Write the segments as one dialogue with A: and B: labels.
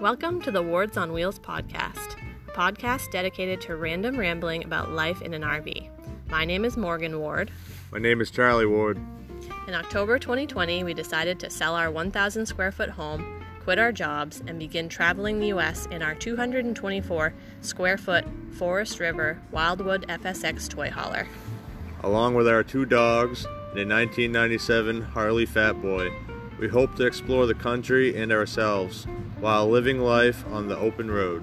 A: Welcome to the Wards on Wheels podcast, a podcast dedicated to random rambling about life in an RV. My name is Morgan Ward.
B: My name is Charlie Ward.
A: In October 2020, we decided to sell our 1,000 square foot home, quit our jobs, and begin traveling the U.S. in our 224 square foot Forest River Wildwood FSX toy hauler.
B: Along with our two dogs and a 1997 Harley Fat Boy, we hope to explore the country and ourselves while living life on the open road.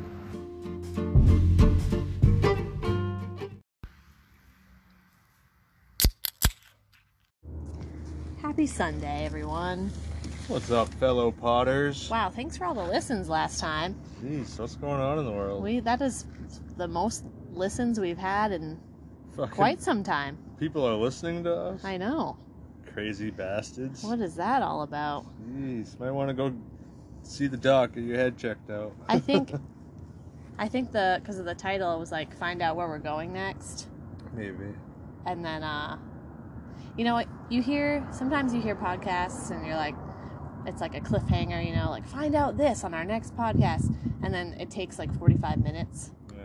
A: Happy Sunday, everyone.
B: What's up, fellow potters?
A: Wow, thanks for all the listens last time.
B: Jeez, what's going on in the world?
A: We That is the most listens we've had in
B: Fucking
A: quite some time.
B: people are listening to us.
A: I know.
B: Crazy bastards.
A: What is that all about?
B: Jeez, might want to go see the doc. Get your head checked out.
A: I think, I think the because of the title it was like find out where we're going next,
B: Maybe.
A: and then uh, you know what you hear sometimes you hear podcasts and you're like, it's like a cliffhanger, you know, like find out this on our next podcast, and then it takes like 45 minutes,
B: Yeah.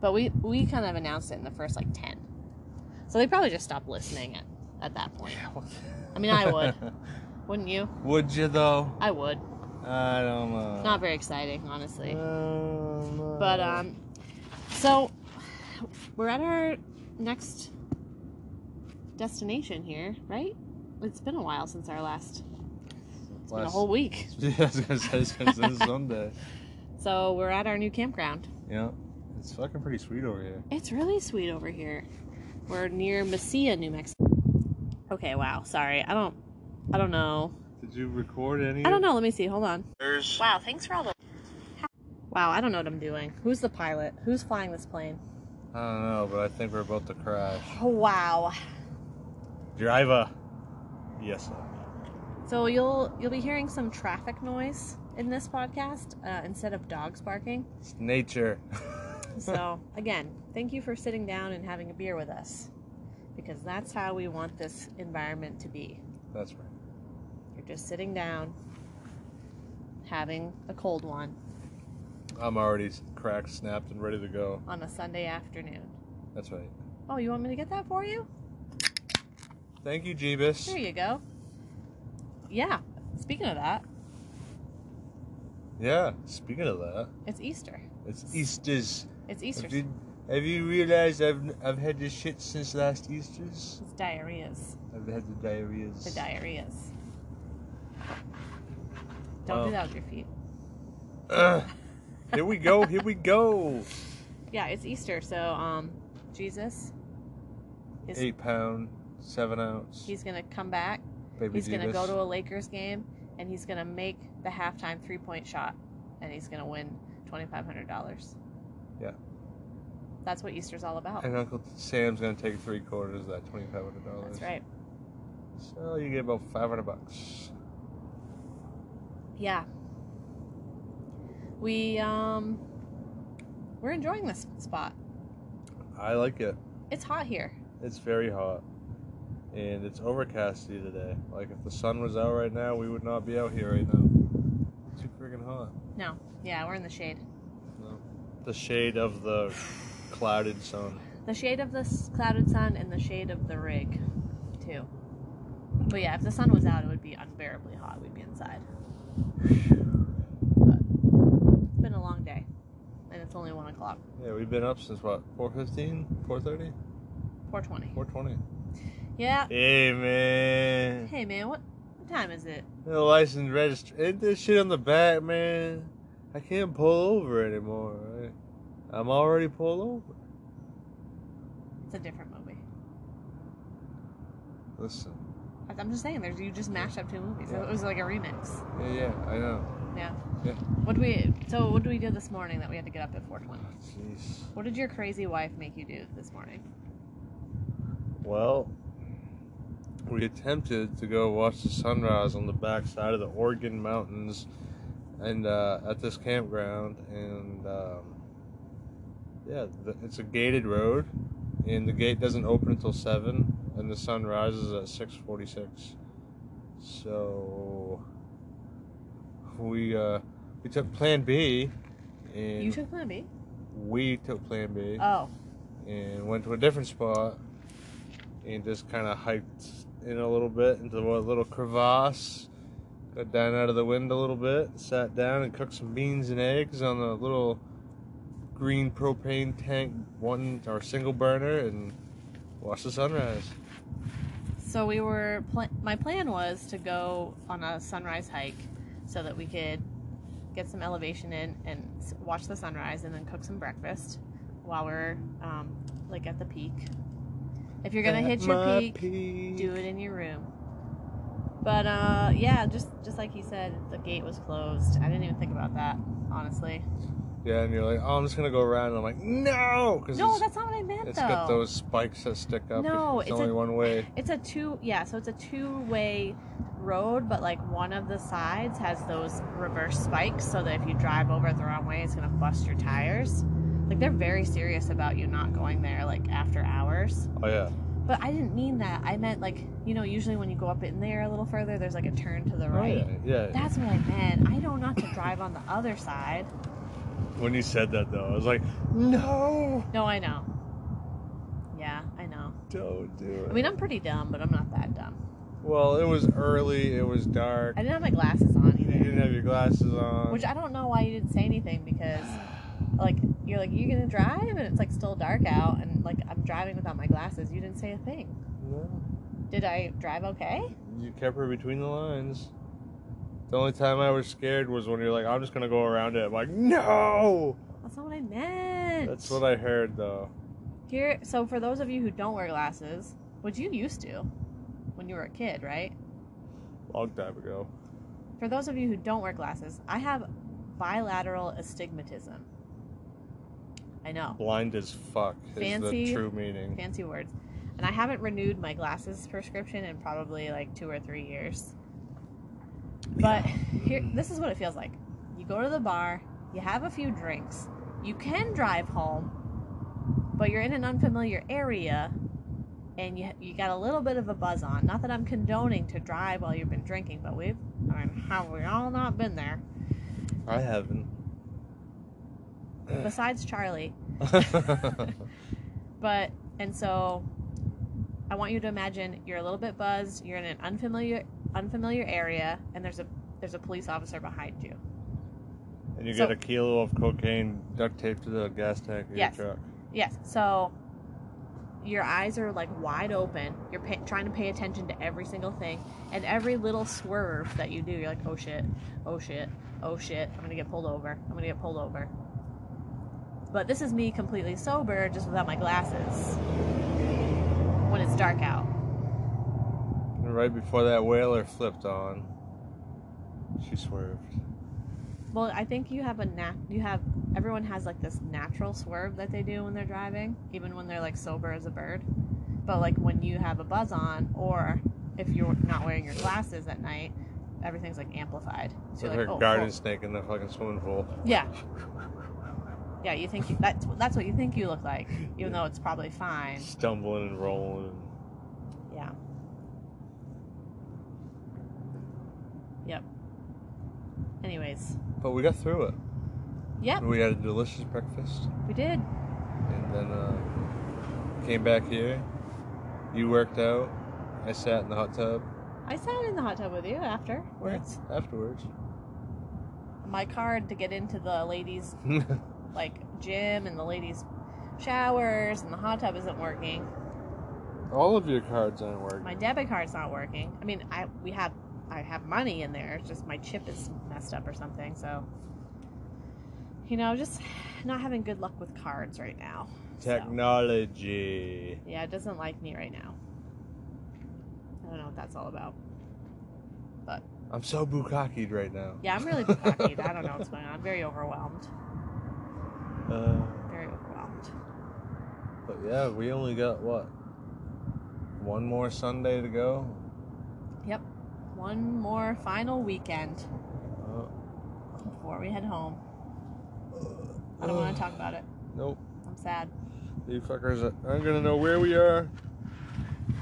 A: but we we kind of announced it in the first like 10, so they probably just stopped listening at at that point. I mean, I would, wouldn't you?
B: would you though?
A: I would.
B: I don't know.
A: Not very exciting, honestly.
B: Um,
A: But um, so we're at our next destination here, right? It's been a while since our last, it's been a
B: Last-
A: whole week.
B: Yeah, I was gonna say it's gonna say Sunday.
A: So we're at our new campground.
B: Yeah, it's fucking pretty sweet over here.
A: It's really sweet over here. We're near Mesilla, New Mexico. Okay, wow. Sorry, I don't, I don't know.
B: Did you record any?
A: I don't know. Let me see. Hold on.
B: There's
A: Wow, thanks for all the. Wow, I don't know what I'm doing. Who's the pilot? Who's flying this plane?
B: I don't know, but I think we're about to crash.
A: Oh, wow.
B: Driver. Yes. Sir.
A: So you'll you'll be hearing some traffic noise in this podcast uh, instead of dogs barking.
B: It's nature.
A: So again, thank you for sitting down and having a beer with us, because that's how we want this environment to be.
B: That's right.
A: You're just sitting down, having a cold one
B: I'm already cracked, snapped, and ready to go.
A: on a Sunday afternoon.
B: That's right.
A: Oh, you want me to get that for you?
B: Thank you,
A: There
B: Jeebus.
A: you go. Yeah. Speaking of that,
B: Yeah. Speaking of that,
A: it's Easter.
B: it's Easter's.
A: It's Easter.
B: Have you, have you realized I've I've had this shit since last Easter's?
A: It's diarrhea's.
B: I've had the diarrhea's.
A: The diarrhea's. Don't
B: Wow.
A: do that with your feet.
B: Ugh. Here we go. Here we go.
A: Yeah, it's Easter, so um, Jesus is
B: Eight pound, seven ounce.
A: he's gonna come back.
B: baby
A: he's gonna
B: Jeebus.
A: go to a Lakers game, and he's gonna make the halftime three point shot, and he's gonna win twenty five hundred dollars.
B: Yeah.
A: That's what Easter's all about.
B: And Uncle Sam's gonna take three quarters of that twenty five hundred dollars.
A: That's right.
B: So you get about five hundred bucks.
A: Yeah. We um, we're enjoying this spot.
B: I like it.
A: It's hot here.
B: It's very hot, and it's overcasty today. Like if the sun was out right now, we would not be out here right now. Too freaking hot.
A: No, yeah, we're in the shade.
B: The shade of the clouded sun.
A: The shade of the s- clouded sun and the shade of the rig, too. But yeah, if the sun was out, it would be unbearably hot. We'd be inside. But it's been a long day, and it's only one o'clock,
B: Yeah, we've been up since what? 4.15? 4.30?
A: four twenty.
B: 4.20?
A: Yeah.
B: Hey, man.
A: Hey man, what, what time is it?
B: The license register. Ain't this shit on the back, man? I can't pull over anymore. Right? I'm already pulled over.
A: It's a different movie.
B: Listen.
A: I- I'm just saying, there's you just mashed up two movies. It was like a remix.
B: Yeah, yeah, I know.
A: Yeah.
B: Yeah.
A: What do we? So what do we do this morning that we had to get up at four twenty?
B: Jeez.
A: What did your crazy wife make you do this morning?
B: Well, we attempted to go watch the sunrise on the backside of the Oregon Mountains, and uh, at this campground, and um, yeah, the, it's a gated road, and the gate doesn't open until seven, and the sun rises at six forty-six. So we uh, we took Plan B, and
A: You took Plan B?
B: we took Plan B
A: Oh.
B: and went to a different spot and just kind of hiked in a little bit into a little crevasse. Got down out of the wind a little bit, sat down and cooked some beans and eggs on a little green propane tank, one or single burner, and watched the sunrise.
A: So we were. Pl- my plan was to go on a sunrise hike, so that we could get some elevation in and s- watch the sunrise, and then cook some breakfast while we're um, like at the peak. If you're gonna
B: At
A: hit your
B: my
A: peak, do it in your room. But uh, yeah, just just like he said, the gate was closed. I didn't even think about that, honestly.
B: Yeah, and you're like, oh, I'm just gonna go around. And I'm like, no, because
A: No,
B: it's,
A: that's not what I meant
B: it's
A: though.
B: got those spikes that stick up.
A: No,
B: it's,
A: it's
B: only
A: a-
B: one way.
A: It's a two yeah, so it's a two way road, but like one of the sides has those reverse spikes so that if you drive over it the wrong way it's gonna bust your tires. Like they're very serious about you not going there like after hours.
B: Oh yeah,
A: But I didn't mean that. I meant like, you know, usually when you go up in there a little further there's like a turn to the right.
B: Oh, yeah, yeah.
A: That's what I meant. I know not to drive on the other side.
B: When you said that though, I was like, no,
A: No, I know. Yeah, I know.
B: don't do it.
A: I mean I'm pretty dumb, but I'm not that dumb.
B: Well, it was early. It was dark.
A: I didn't have my glasses on
B: You
A: either.
B: didn't have your glasses on.
A: Which I don't know why you didn't say anything because, like, you're like, you're gonna drive and it's like still dark out and like I'm driving without my glasses. You didn't say a thing.
B: No,
A: Did I drive okay?
B: you kept her between the lines. The only time I was scared was when you're like, I'm just gonna go around it. I'm like, no.
A: That's not what I meant.
B: That's what I heard though.
A: Here, so for those of you who don't wear glasses, which you used to when you were a kid, right?
B: Long time ago.
A: For those of you who don't wear glasses, I have bilateral astigmatism. I know.
B: Blind as fuck is
A: Fancy-
B: the true meaning.
A: fancy words. And I haven't renewed my glasses prescription in probably like two or three years. But here, this is what it feels like. You go to the bar, you have a few drinks, you can drive home, but you're in an unfamiliar area, and you you got a little bit of a buzz on. Not that I'm condoning to drive while you've been drinking, but we've I mean, have we all not been there?
B: I haven't.
A: Besides Charlie, But and so I want you to imagine you're a little bit buzzed, you're in an unfamiliar unfamiliar area and there's a there's a police officer behind you.
B: and you
A: So-
B: get a kilo of cocaine duct taped to the gas tank of
A: Yes.
B: your truck.
A: Yes. So your eyes are like wide open. You're pay, trying to pay attention to every single thing and every little swerve that you do. You're like, "Oh shit. Oh shit. Oh shit. I'm going to get pulled over. I'm going to get pulled over." But this is me completely sober just without my glasses. When it's dark out.
B: And right before that whaler flipped on, she swerved.
A: Well, I think you have a nat. You have everyone has like this natural swerve that they do when they're driving, even when they're like sober as a bird. But like when you have a buzz on, or if you're not wearing your glasses at night, everything's like amplified. So
B: With
A: you're
B: her
A: like, oh,
B: garden snake in the fucking swimming pool.
A: oh. yeah, yeah. You think you, that's that's what you think you look like, even though it's probably fine.
B: Stumbling and rolling.
A: Yeah. Yep. Anyways,
B: But we got through it.
A: yep,
B: We had a delicious breakfast.
A: we did.
B: And then uh, came back here. You worked out. I sat in the hot tub.
A: I sat in the hot tub with you after. Words.
B: Afterwards.
A: my card to get into the ladies like gym and the ladies showers and the hot tub isn't working
B: All of your cards aren't working.
A: my debit card's not working i mean i we have i have money in there it's just my chip is messed up or something so you know just not having good luck with cards right now So,
B: Technology.
A: yeah it doesn't like me right now i don't know what that's all about
B: I'm so bukakied right now.
A: yeah i'm really blockied i don't know what's going on i'm very overwhelmed
B: Uh,
A: very overwhelmed
B: but yeah, we only got what? One more Sunday to go.
A: one more final weekend
B: Uh,
A: before we head home i don't want to talk about it
B: uh, Nope.
A: i'm sad
B: You fuckers aren't gonna know where we are,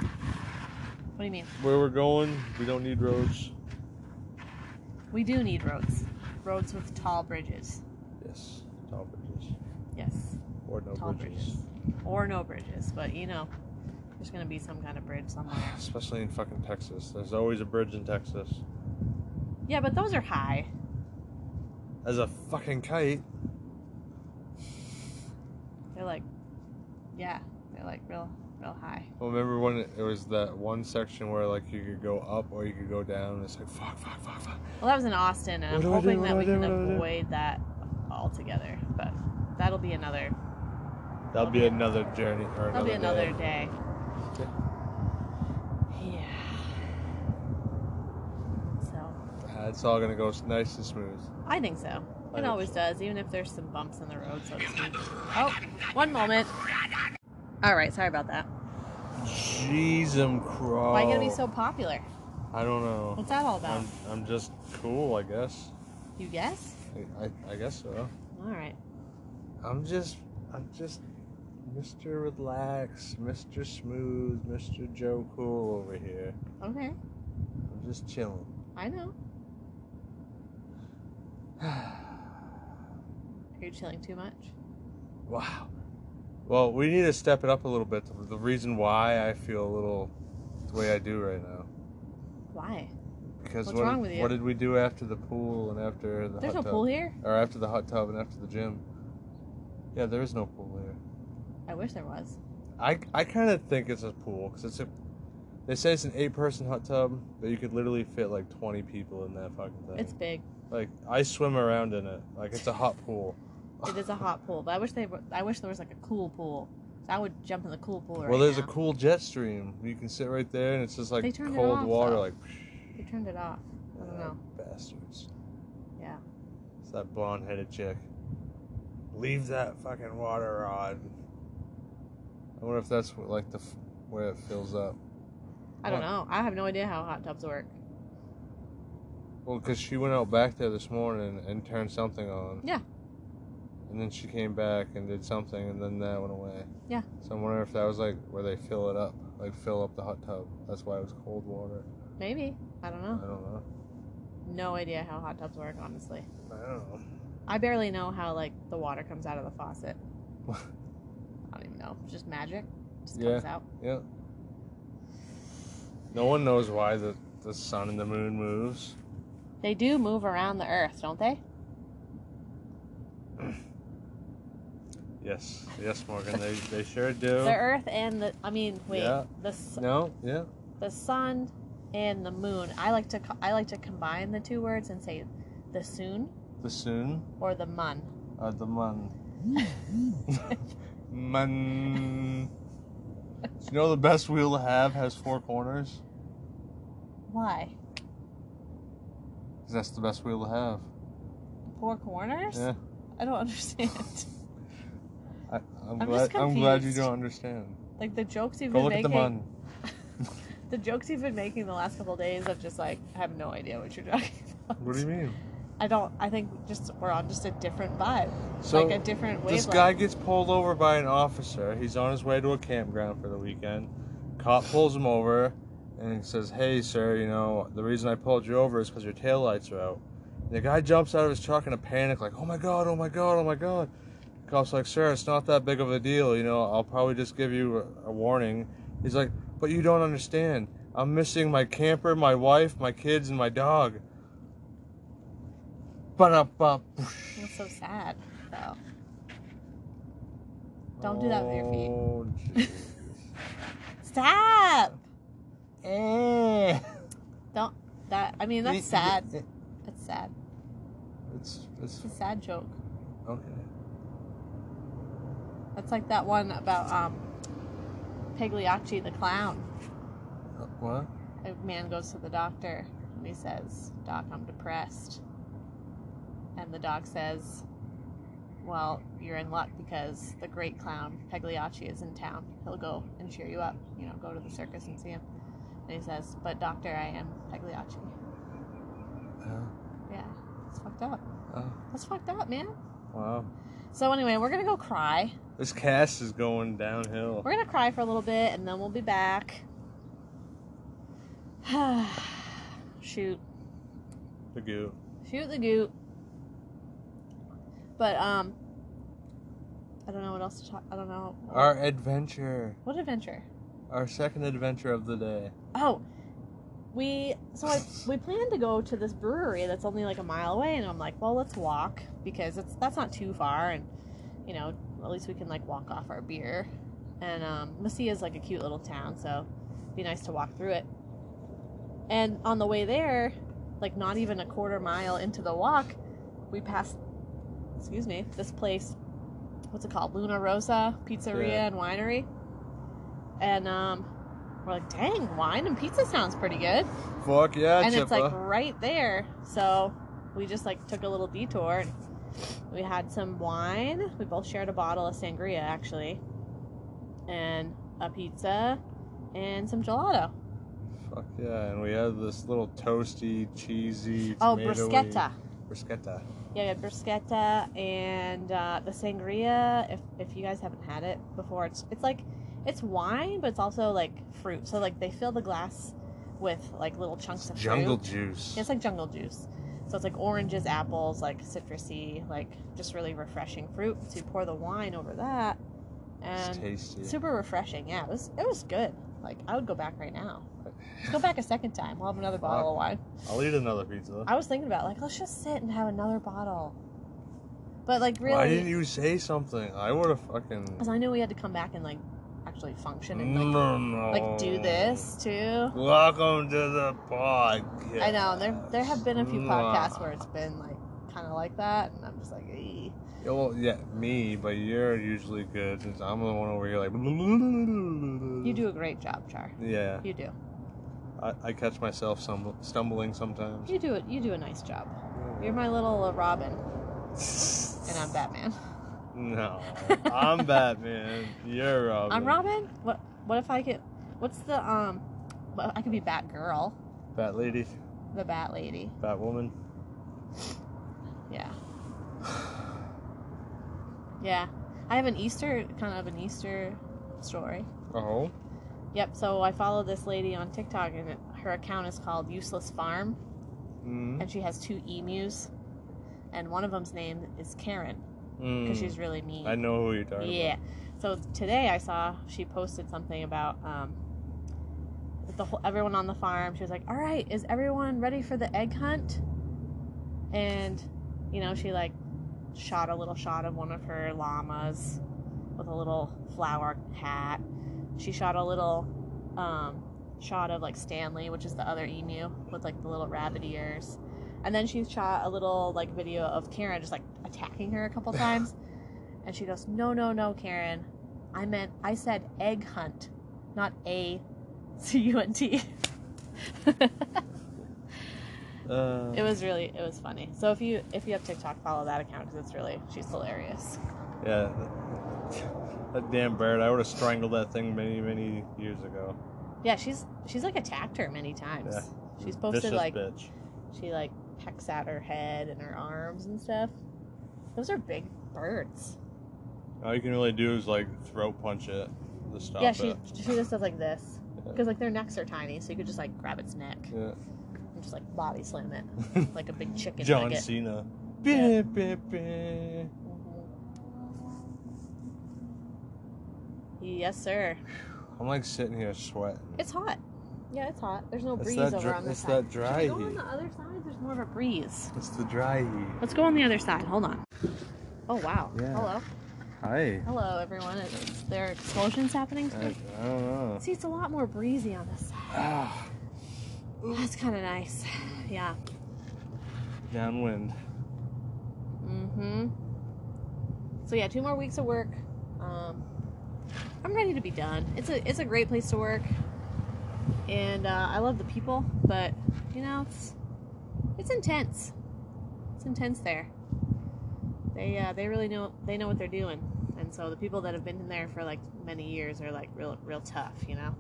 A: What do you mean?
B: where we're going. We don't need roads.
A: We do need roads. roads with tall bridges.
B: Yes, tall bridges
A: Yes,
B: or no
A: tall
B: bridges.
A: bridges. Or no bridges, but you know, there's going to be some kind of bridge somewhere.
B: Especially in fucking Texas. There's always a bridge in Texas.
A: Yeah, but those are high.
B: As a fucking kite.
A: They're like, yeah, they're like real, real high.
B: Well, remember when it it was that one section where like you could go up or you could go down? And it's like fuck, fuck, fuck, fuck.
A: Well, that was in Austin, and
B: What
A: I'm
B: do I do?
A: hoping
B: What
A: that
B: do I
A: we
B: do?
A: can
B: What do I do?
A: avoid that altogether. But that'll be another.
B: That'll be another journey. Or
A: That'll be
B: another
A: another
B: day.
A: day.
B: Okay.
A: Yeah. So
B: Uh, It's all gonna go s- nice and smooth.
A: I think so.
B: I
A: It
B: hope
A: always
B: so.
A: does, even if there's some bumps in the road, so to speak. Oh, one moment. All right, sorry about that.
B: Jeezum crow.
A: Why you gonna be so popular?
B: I don't know.
A: What's that all about?
B: I'm, I'm just cool, I guess.
A: you guess?
B: I, I, I guess so.
A: All right.
B: I'm just, I'm just Mr. Relax, Mr. Smooth, Mr. Joe Cool over here.
A: Okay.
B: I'm just chilling.
A: I know.
B: wow.
A: Are you chilling too much?
B: Well, we need to step it up a little bit. The, the reason why I feel a little the way I do right now.
A: Why?
B: Because
A: What's
B: what,
A: wrong with you?
B: what did we do after the pool and after the
A: There's no
B: hot tub?
A: pool here.
B: Or after the hot tub and after the gym. Yeah, there is no pool here.
A: I wish there was.
B: I, I kind of think it's a pool because it's a. They say it's an eight-person hot tub, but you could literally fit like twenty people in that fucking thing.
A: It's big.
B: like I swim around in it. Like it's a hot pool.
A: It is a hot pool, but I wish they. Were, I wish there was like a cool pool. So I would jump in the cool pool. Right
B: well, there's
A: now.
B: a cool jet stream. You can sit right there, and it's just like
A: They turned it
B: cold
A: off,
B: water,
A: though.
B: like.
A: They turned it off. I don't
B: Yeah,
A: know.
B: Uh, Bastards.
A: Yeah.
B: It's that blonde-headed chick. Leave that fucking water on. I wonder if that's what, like the f- where it fills up.
A: I don't
B: What?
A: know. I have no idea how hot tubs work.
B: Well, because she went out back there this morning and turned something on.
A: Yeah.
B: And then she came back and did something, and then that went away.
A: Yeah.
B: So I'm wondering if that was like where they fill it up, like fill up the hot tub. That's why it was cold water.
A: Maybe. I don't
B: I
A: know.
B: don't know.
A: No idea how hot tubs work, honestly.
B: I don't know.
A: I barely know how like the water comes out of the faucet. I don't even know. It's just magic. It just
B: Yeah.
A: comes out.
B: Yeah. No one knows why the the sun and the moon moves.
A: They do move around the earth, don't they?
B: Yes. Yes, Morgan. they they sure do.
A: The earth and the I mean, wait.
B: Yeah.
A: The s-
B: No. Yeah.
A: the sun and the moon. I like to co- I like to combine the two words and say the soon
B: The soon
A: or the mun.
B: or the mun. mun. Do you know the best wheel to have has four corners?
A: Why?
B: 'Cause that's the best wheel to have.
A: Four corners?
B: Yeah.
A: I don't understand.
B: I, I'm,
A: I'm
B: glad.
A: just
B: I'm glad you
A: confused.
B: don't understand.
A: like the jokes you've
B: Go
A: been
B: look at the
A: making.
B: mun.
A: the jokes you've been making the last couple of days, I've just like I have no idea what you're talking about.
B: What do you mean?
A: I don't. I think just we're on just a different vibe,
B: So
A: like a different wavelength.
B: This guy gets pulled over by an officer. He's on his way to a campground for the weekend. Cop pulls him over and says, Hey, sir, you know, the reason I pulled you over is because your taillights are out. And the guy jumps out of his truck in a panic, like, Oh my God, oh my God, oh my God. The cop's like, Sir, it's not that big of a deal. You know, I'll probably just give you a, a warning. He's like, But you don't understand. I'm missing my camper, my wife, my kids, and my dog. Ba-da-ba.
A: That's so sad. Though. Don't do that with your feet.
B: Oh, jeez.
A: Stop.
B: Eh.
A: That I mean that's sad. That's sad.
B: It's it's
A: It's a sad joke.
B: okay.
A: That's like that one about um, Pagliacci the clown.
B: Uh, What?
A: A man goes to the doctor and he says, Doc, I'm depressed. And the doc says, Well, you're in luck because the great clown, Pagliacci, is in town. He'll go and cheer you up. You know, go to the circus and see him. And he says, But doctor, I am Pagliacci.
B: Uh,
A: Yeah, it's fucked up.
B: Oh.
A: That's fucked up, man.
B: wow.
A: So, anyway, we're gonna go cry.
B: This cast is going downhill.
A: We're gonna cry for a little bit and then we'll be back. Shoot.
B: The goo.
A: Shoot the goot. But um, I don't know what else to talk. I don't know.
B: Our adventure.
A: What adventure?
B: Our second adventure of the day.
A: Oh, we so I, we planned to go to this brewery that's only like a mile away, and I'm like, well, let's walk because it's that's not too far, and you know, at least we can like walk off our beer. And um, Mesilla is like a cute little town, so it'd be nice to walk through it. And on the way there, like not even a quarter mile into the walk, we passed, excuse me, this place. What's it called? Luna Rosa Pizzeria
B: Yeah.
A: and Winery. And um, we're like, dang, wine and pizza sounds pretty good.
B: Fuck yeah,
A: and it's like
B: Chippa.
A: right there. So we just like took a little detour. And we had some wine. We both shared a bottle of sangria actually, and a pizza, and some gelato.
B: Fuck yeah, and we had this little toasty, cheesy.
A: Oh,
B: tomatoey-
A: bruschetta.
B: Bruschetta.
A: Yeah, we had bruschetta and uh, the sangria. If if you guys haven't had it before, it's it's like it's wine, but it's also like fruit. So like they fill the glass with like little chunks of
B: Jungle
A: fruit.
B: juice.
A: It's like jungle juice. So it's like oranges, apples, like citrusy, like just really refreshing fruit. So you pour the wine over that,
B: It's
A: and
B: tasty.
A: super refreshing. Yeah, it was it was good. Like I would go back right now. Go back a second time. We'll have another bottle of wine.
B: I'll eat another pizza.
A: I was thinking about like let's just sit and have another bottle, but like really,
B: Why didn't you say something? I would have fucking.
A: because I knew we had to come back and like actually function and like
B: no, no.
A: like do this too.
B: Welcome to the podcast.
A: I know, and there there have been a few podcasts where it's been like kind of like that, and I'm just like, "Ee."
B: Yeah, well, yeah, me, but you're usually good since I'm the one over here like. You
A: you do a great job, Char.
B: Yeah,
A: You do.
B: I, I catch myself stumble, stumbling sometimes.
A: You do it. You do a nice job. You're my little uh, Robin, and I'm Batman.
B: No, I'm Batman. You're Robin.
A: I'm Robin. What? What if I could? What's the um? Well, I could be Batgirl,
B: Bat lady,
A: the Bat Lady.
B: Bat woman.
A: Yeah. Yeah. I have an Easter, kind of an Easter story. Uh-huh.
B: Oh,
A: Yep, so I follow this lady on TikTok, and it, her account is called Useless Farm,
B: mm.
A: and she has two emus, and one of them's name is Karen, because
B: Mm.
A: she's really mean.
B: I know who you're talking
A: yeah. So today I saw she posted something about um, the whole, everyone on the farm. She was like, "All right, is everyone ready for the egg hunt?" And you know, she like shot a little shot of one of her llamas with a little flower hat. She shot a little um, shot of like Stanley, which is the other emu with like the little rabbit ears. And then she shot a little like video of Karen just like attacking her a couple times. and she goes, "No, no, no, Karen. I meant I said egg hunt, not a c u n t."
B: about. Uh,
A: it was really it was funny. So if you if you have TikTok, follow that account because it's really she's hilarious.
B: Yeah. That damn bird. I would have strangled that thing many, many years ago.
A: Yeah, she's she's like attacked her many times. She's posted
B: Vicious
A: like
B: bitch.
A: she like pecks at her head and her arms and stuff. Those are big birds.
B: All you can really do is like throat punch it to stop
A: yeah, she
B: it.
A: she just does like this
B: Yeah.
A: because like their necks are tiny, so you could just like grab its neck
B: Yeah.
A: and just like body slam it like a big chicken
B: John
A: nugget.
B: Cena.
A: Yeah.
B: Beep, beep, beep.
A: Yes, sir.
B: I'm like sitting here sweating.
A: It's hot. Yeah, it's hot. There's no
B: It's
A: breeze
B: that
A: over
B: dr-
A: on this
B: it's
A: side.
B: that dry
A: Should we go on
B: heat.
A: the other side? There's more of a breeze.
B: It's the dry heat.
A: Let's go on the other side. Hold on. Oh wow.
B: Yeah.
A: Hello.
B: Hi.
A: Hello, everyone. Is there are explosions happening?
B: I, I don't know.
A: See, it's a lot more breezy on this side.
B: Ah,
A: That's kind of nice. Yeah.
B: downwind.
A: Mm-hmm. So yeah, two more weeks of work. Um, I'm ready to be done. It's a it's a great place to work, and uh, I love the people, but you know it's it's intense. It's intense there. They uh, they really know they know what they're doing, and so the people that have been in there for like many years are like real real tough, you know.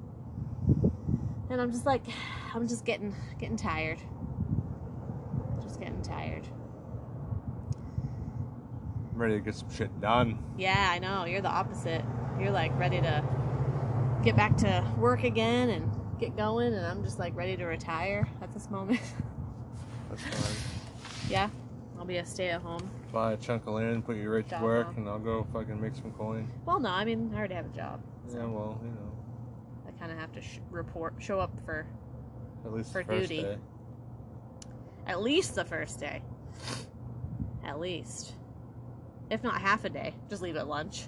A: And I'm just like, I'm just getting getting tired. Just getting tired.
B: I'm ready to get some shit done.
A: Yeah, I know. You're the opposite. You're like ready to get back to work again and get going, and I'm just like ready to retire at this moment.
B: That's fine.
A: yeah, I'll be a stay at home.
B: Buy a chunk of land, put you right to
A: Job,
B: work,
A: huh?
B: and I'll go fucking make some coin.
A: Well, no, I mean, I already have a job.
B: Yeah, well, you know,
A: I kind of have to sh- report, show up for
B: at least
A: For
B: the first
A: duty.
B: day.
A: at least the first day. At least. If not half a day, just leave at lunch.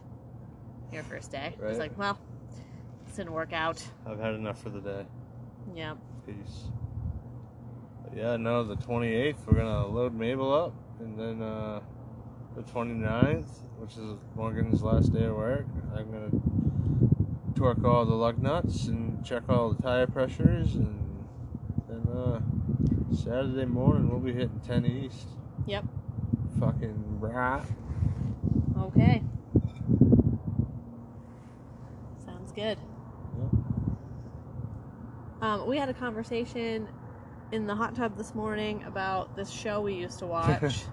A: Your first day.
B: Right.
A: It's like, well, this didn't work out.
B: I've had enough for the day.
A: Yeah.
B: Peace. But yeah, no, the 28th, we're going to load Mabel up. And then uh, the 29th, which is Morgan's last day of work, I'm going to torque all the lug nuts and check all the tire pressures. And then uh, Saturday morning, we'll be hitting 10 East.
A: Yep.
B: Fucking right.
A: Okay. Sounds good. Um, we had a conversation in the hot tub this morning about this show we used to watch.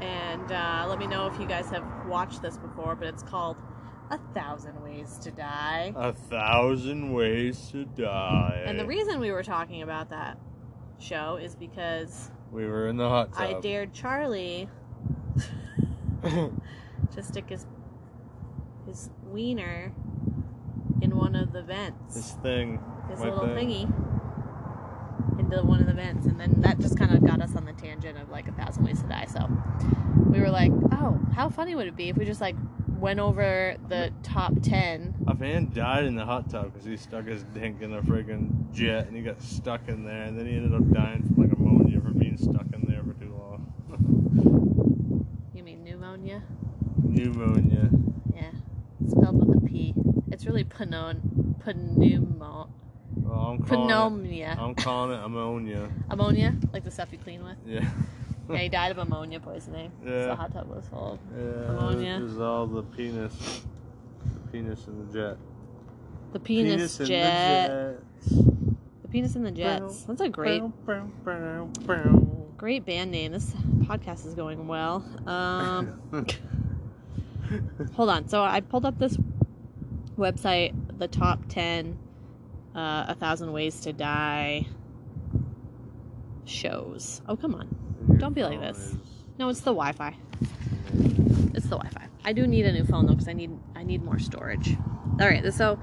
A: and uh, let me know if you guys have watched this before, but it's called A Thousand Ways to Die.
B: A thousand ways to die.
A: And the reason we were talking about that show is because
B: we were in the hot
A: I
B: tub.
A: dared Charlie
B: did.
A: to stick his his wiener in one of the vents.
B: this thing.
A: his
B: my
A: little
B: thing.
A: thingy into one of the vents and then that just kind of got us on the tangent of like a thousand ways to die so we were like oh how funny would it be if we just like went over the top 10
B: A man died in the hot tub because he stuck his dink in a friggin' jet and he got stuck in there and then he ended up dying from like ammonia for being stuck in there for too long.
A: you mean pneumonia
B: Pneumonia.
A: yeah spelled with a p it's really panon pneumo
B: Well, I'm calling it.
A: pneumonia
B: I'm calling it ammonia.
A: ammonia like the stuff you clean with
B: Yeah.
A: yeah he died of ammonia poisoning so
B: Yeah.
A: the hot tub was full of-
B: yeah
A: Ammonia.
B: It was all the penis. The penis in the jet.
A: the penis,
B: in
A: jet
B: the jets.
A: the penis in the jets that's a great
B: Brow, brow, brow, brow.
A: Great band name. This podcast is going well. Um, hold on. So I pulled up this website, the top 10, uh, A Thousand Ways to Die shows. Oh, come on. don't be like
B: Your phone
A: this. No, it's the Wi Fi.
B: is-
A: It's the Wi Fi. I do need a new phone, though, because I need, I need more storage. All right. So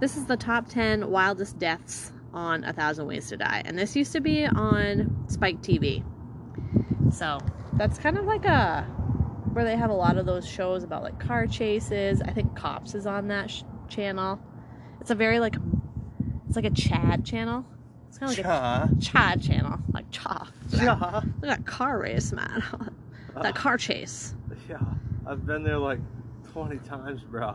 A: this is the top 10 wildest deaths on A Thousand Ways to Die. And this used to be on Spike TV. So that's kind of like a where they have a lot of those shows about like car chases. I think Cops is on that sh- channel. It's a very like it's like a Chad channel. It's kind of like
B: Cha.
A: a Chad channel, like Cha. Look
B: Cha.
A: at that car race, man. that car chase.
B: Yeah, I've been there like 20 times, bro.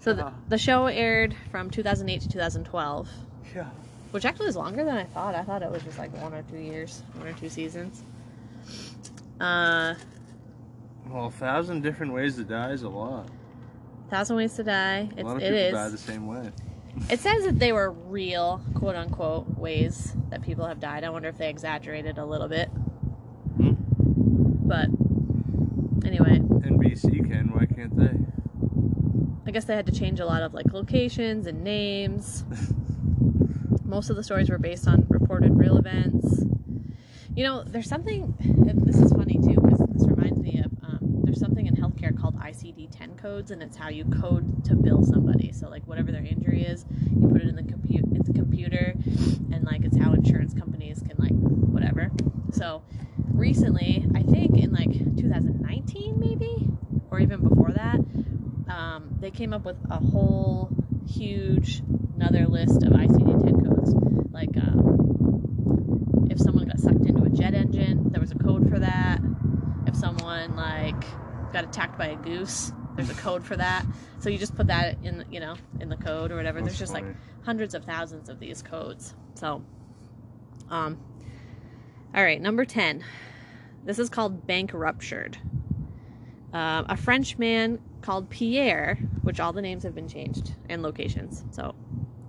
A: So the,
B: Cha.
A: the show aired from 2008 to 2012.
B: Yeah.
A: which actually is longer than I thought. I thought it was just like one or two years, one or two seasons. Uh,
B: Well, a thousand different ways to die is a lot.
A: Thousand Ways to Die.
B: a lot of
A: It's, it
B: people die the
A: is.
B: same way.
A: It says that they were real, quote unquote, ways that people have died. I wonder if they exaggerated a little bit.
B: Hmm.
A: But anyway,
B: NBC can, why can't they?
A: I guess they had to change a lot of like locations and names. Most of the stories were based on reported real events. You know, there's something, and this is funny too, because this reminds me of um, there's something in healthcare called ICD 10 codes, and it's how you code to bill somebody. So, like, whatever their injury is, you put it in the, compu- in the computer, and like, it's how insurance companies can, like, whatever. So, recently, I think in like 2019, maybe, or even before that, um, they came up with a whole huge another list of ICD-10 codes. Like um, if someone got sucked into a jet engine, there was a code for that. If someone like got attacked by a goose, there's a code for that. So you just put that in, you know, in the code or whatever. there's just like hundreds of thousands of these codes. So, um, all right, number 10. This is called Bank Ruptured. Um, a French man called Pierre, which all the names have been changed and locations. So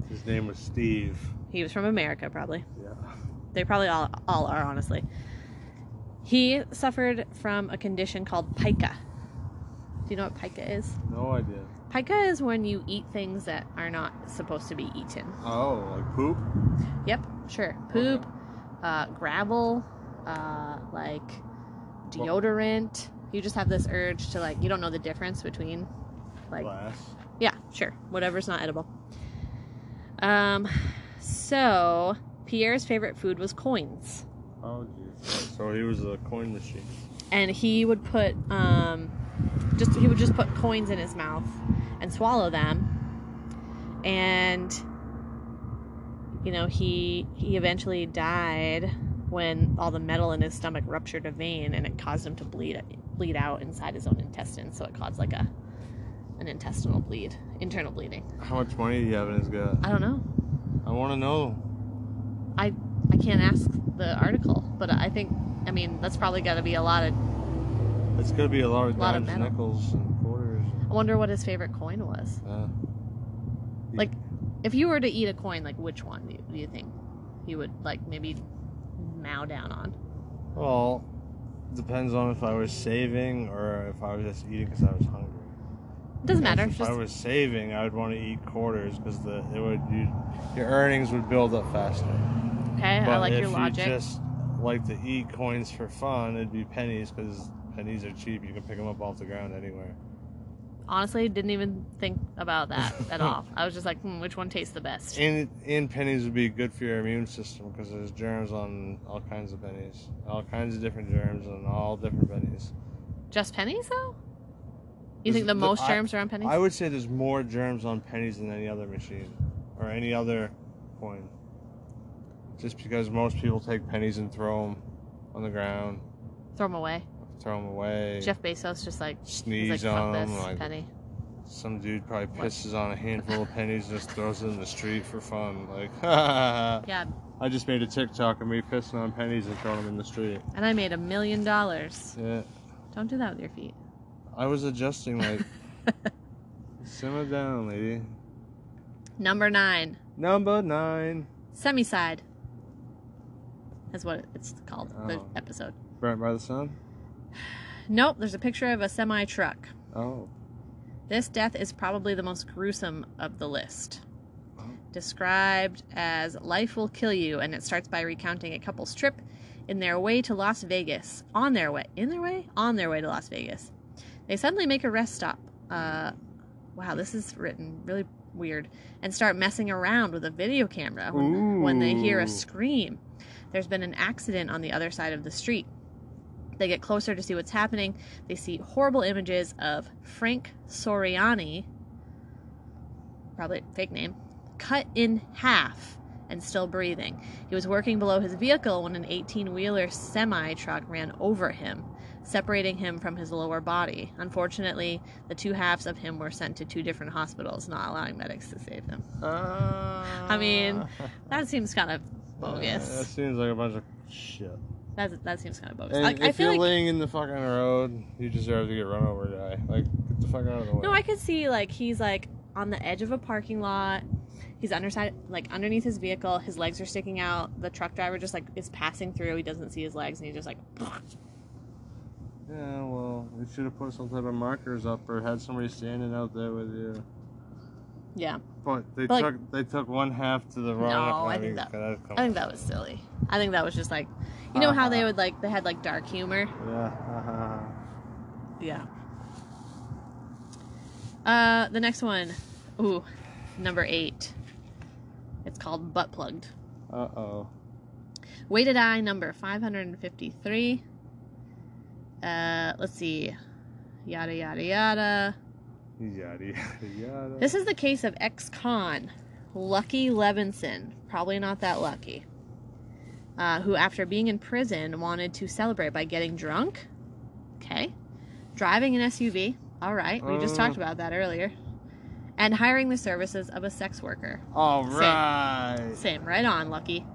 B: His name was Steve.
A: he was from America, probably.
B: Yeah.
A: They probably all, all are, honestly. He suffered from a condition called pica. Do you know what pica is?
B: No idea.
A: Pica is when you eat things that are not supposed to be eaten.
B: Oh, like poop?
A: Yep, sure. Poop, uh, gravel, uh, like deodorant. You just have this urge to like you don't know the difference between like
B: glass.
A: yeah, sure. Whatever's not edible. Um, so Pierre's favorite food was coins,
B: Oh, jeez. So he was a coin machine.
A: and he would put um, just he would just put coins in his mouth and swallow them, and you know he he eventually died when all the metal in his stomach ruptured a vein and it caused him to bleed bleed out inside his own intestines. So it caused like a an intestinal bleed, internal bleeding.
B: How much money do you have in his gut?
A: I don't know.
B: I want to know.
A: I can't ask the article, but I think I mean that's probably got to be a lot of.
B: It's gonna be a lot of
A: Lot of
B: dimes,
A: metal.
B: nickels, and quarters.
A: I wonder what his favorite coin was.
B: Uh,
A: Like, if you were to eat a coin, like which one do you, do you think you would like maybe mow down on?
B: well, depends on if I was saving or if I was just eating because I was hungry.
A: Doesn't matter.
B: If
A: Just
B: I was saving, I would want to eat quarters because the it would you, your earnings would build up faster.
A: okay. I like
B: if
A: your logic.
B: you just like to eat coins for fun, it'd be pennies because pennies are cheap. You can pick them up off the ground anywhere.
A: Honestly, didn't even think about that at all. I was just like, hmm, which one tastes the best?
B: And and pennies would be good for your immune system because there's germs on all kinds of pennies, all kinds of different germs on all different pennies.
A: Just pennies, though. You
B: This-
A: think the
B: the-
A: most
B: I-
A: germs are on pennies?
B: I would say there's more germs on pennies than any other machine or any other coin. Just because most people take pennies and throw them on the ground,
A: Throw them away.
B: throw them away,
A: Jeff Bezos just like he's like,
B: sneeze
A: fuck
B: on
A: this
B: them. Like
A: penny.
B: some dude probably
A: What?
B: pisses on a handful of pennies, and just throws it in the street for fun. Like, I
A: Yeah,
B: just made a TikTok of me pissing on pennies and throwing them in the street.
A: and I made a million dollars.
B: Yeah,
A: Don't do that with your feet.
B: I was adjusting. Like, simmer down, lady.
A: Number nine,
B: Number nine.
A: Semicide. That's what it's called, the
B: Oh.
A: episode.
B: Burnt by the sun.
A: Nope, there's a picture of a semi truck.
B: Oh.
A: This death is probably the most gruesome of the list. Described as Life Will Kill You, and it starts by recounting a couple's trip in their way to Las Vegas. On their way. In their way? On their way to Las Vegas. They suddenly make a rest stop. Uh, wow, this is written really weird. And start messing around with a video camera when, when they hear
B: Ooh.
A: a scream. There's been an accident on the other side of the street. They get closer to see what's happening. They see horrible images of Frank Soriani, probably a fake name, cut in half and still breathing. He was working below his vehicle when an 18 wheeler semi truck ran over him, separating him from his lower body. Unfortunately, the two halves of him were sent to two different hospitals, not allowing medics to save them.
B: I
A: mean, That seems kind of
B: That
A: bogus.
B: seems like a bunch of shit.
A: That's, that seems kind of bogus.
B: And
A: Like,
B: if
A: I feel
B: you're
A: like.
B: laying in the fucking road, you deserve to get run over, guy. Like, get the fuck out of the way.
A: No, I could see like he's like on the edge of a parking lot. He's underside, like underneath his vehicle. His legs are sticking out. The truck driver just like is passing through. He doesn't see his legs, and he's just like,
B: Yeah, well, you should have put some type of markers up or had somebody standing out there with you.
A: yeah.
B: But they
A: But, like-
B: took they took one half to the wrong.
A: No, I think that- I think that was silly. I think that was just like, you know how they
B: Oh. Uh-huh.
A: would like they had like dark humor.
B: Yeah. uh-huh.
A: Yeah. Uh, the next one, ooh, number eight. It's called butt plugged.
B: Uh oh.
A: Weighted eye number 553. Uh, let's see. Yada, yada, yada.
B: Yada yada yada.
A: This is the case of ex con Lucky Levinson. Probably not that lucky. Uh, who, after being in prison, wanted to celebrate by getting drunk. Okay. Driving an SUV. All right. We just
B: Uh.
A: talked about that earlier. And hiring the services of a sex worker.
B: All right.
A: Same. Right on, Lucky.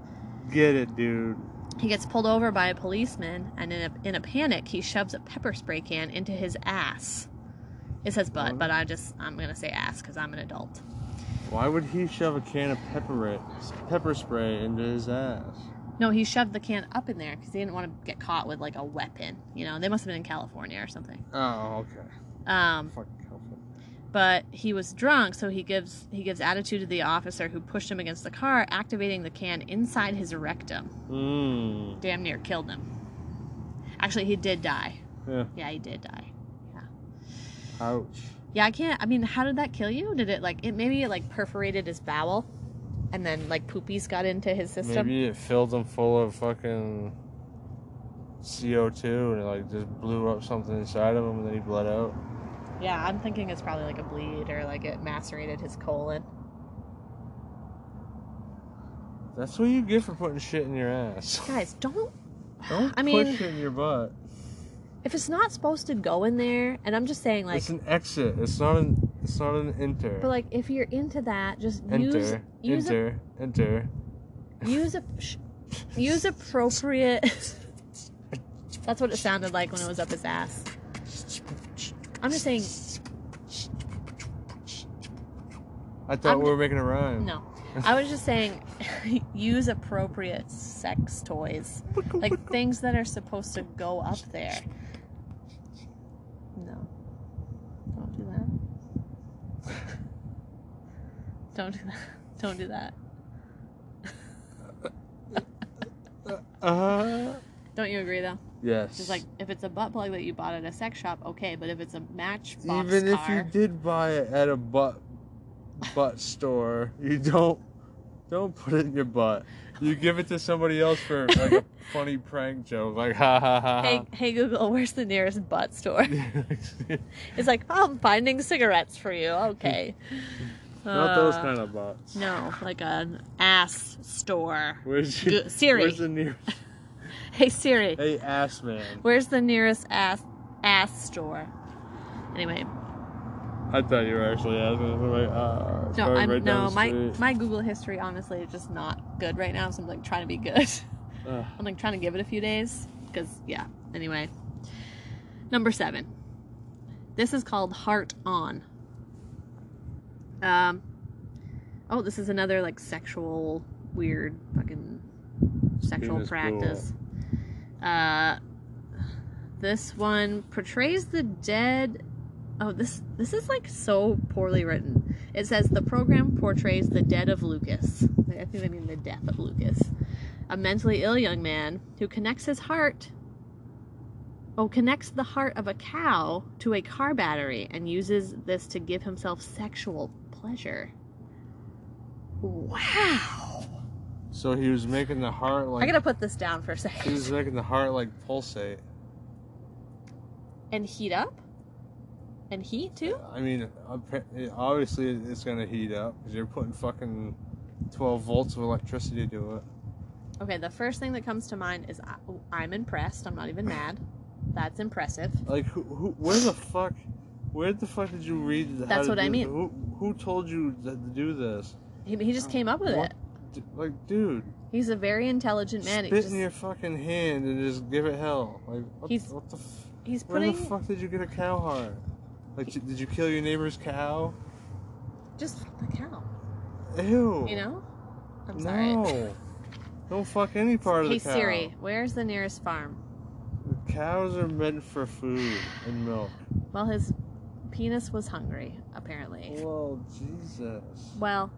B: Get it, dude.
A: He gets pulled over by a policeman, and in a, in a panic, he shoves a pepper spray can into his ass. It says butt, but I just I'm gonna say ass because I'm an adult.
B: Why would he shove a can of pepper it, pepper spray into his ass?
A: No, he shoved the can up in there because he didn't want to get caught with like a weapon. You know, they must have been in California or something.
B: Oh, okay.
A: Um,
B: Fuck California.
A: but he was drunk, so he gives he gives attitude to the officer who pushed him against the car, activating the can inside his rectum.
B: Mmm.
A: Damn near killed him. Actually, he did die.
B: Yeah.
A: Yeah, he did die.
B: Ouch.
A: Yeah, I can't. I mean, how did that kill you? Did it like it maybe it like perforated his bowel, and then like poopies got into his system?
B: Maybe it filled them full of fucking CO2 and it like just blew up something inside of him and then he bled out.
A: Yeah, I'm thinking it's probably like a bleed or like it macerated his colon.
B: That's what you get for putting shit in your ass.
A: Guys, don't.
B: Don't
A: I
B: put
A: mean-
B: shit in your butt.
A: If it's not supposed to go in there, and I'm just saying like,
B: it's an exit. It's not an. It's not an enter.
A: but like if you're into that, just
B: enter.
A: use use a,
B: enter. enter.
A: use a sh- use appropriate. That's what it sounded like when it was up his ass. I'm just saying
B: I thought
A: I'm
B: we were making a rhyme.
A: no. I was just saying, use appropriate sex toys, like things that are supposed to go up there. No, don't do that. Don't do that. Don't do that.
B: Uh,
A: Don't you agree though?
B: yes.
A: Just like if it's a butt plug that you bought at a sex shop, okay. But if it's a matchbox
B: even if you
A: car,
B: did buy it at a butt butt store, you don't don't put it in your butt. You give it to somebody else for like a funny prank joke, like ha ha ha.
A: hey, hey Google, where's the nearest butt store?
B: ha.
A: It's like oh, I'm finding cigarettes for you. Okay.
B: Not those
A: Uh,
B: kind of butts.
A: No, like an ass store.
B: Where's your,
A: Go- Siri.
B: Where's the nearest?
A: Hey Siri,
B: Hey, ass man.
A: where's the nearest ass ass store? Anyway,
B: I thought you were actually asking. I'm like, ah, it's
A: no,
B: probably
A: I'm
B: right down
A: no
B: the
A: my
B: street.
A: my Google history honestly is just not good right now. So I'm like trying to be good.
B: Ugh.
A: I'm like trying to give it a few days because yeah. Anyway, number seven. This is called heart on. Um. Oh, this is another like sexual weird fucking sexual
B: Penis
A: practice. Uh, this one portrays the dead. Oh, this this is like so poorly written. It says the program portrays the dead of Lucas. Like, I think they mean the death of Lucas, a mentally ill young man who connects his heart. Oh, connects the heart of a cow to a car battery and uses this to give himself sexual pleasure. Wow.
B: So he was making the heart like
A: I gotta put this down for a
B: he was
A: second.
B: making the heart like pulsate.
A: And heat up? And heat too?
B: I mean, appa- it- obviously it's gonna heat up because you're putting fucking 12 volts of electricity to it.
A: Okay, the first thing that comes to mind is I, oh, I'm impressed. I'm not even mad. That's impressive.
B: Like, who, who where the fuck, where the fuck did you read? how
A: That's
B: to
A: what I
B: do-
A: mean.
B: Who, who told you that to do this?
A: He, he just came up with
B: What?
A: it.
B: D- Like, dude,
A: He's a very intelligent man. He
B: spit
A: just-
B: in your fucking hand and just give it hell. Like, what,
A: He's
B: what the? F-
A: he's
B: where
A: putting
B: the fuck did you get a cow heart? Like, d- did you kill your neighbor's cow?
A: just fuck the cow.
B: Ew.
A: You know? I'm sorry.
B: No. Don't fuck any part of
A: Hey
B: the cow.
A: Siri, where's the nearest farm?
B: Cows are meant for food and milk.
A: Well, his penis was hungry, apparently.
B: Well, Jesus.
A: Well,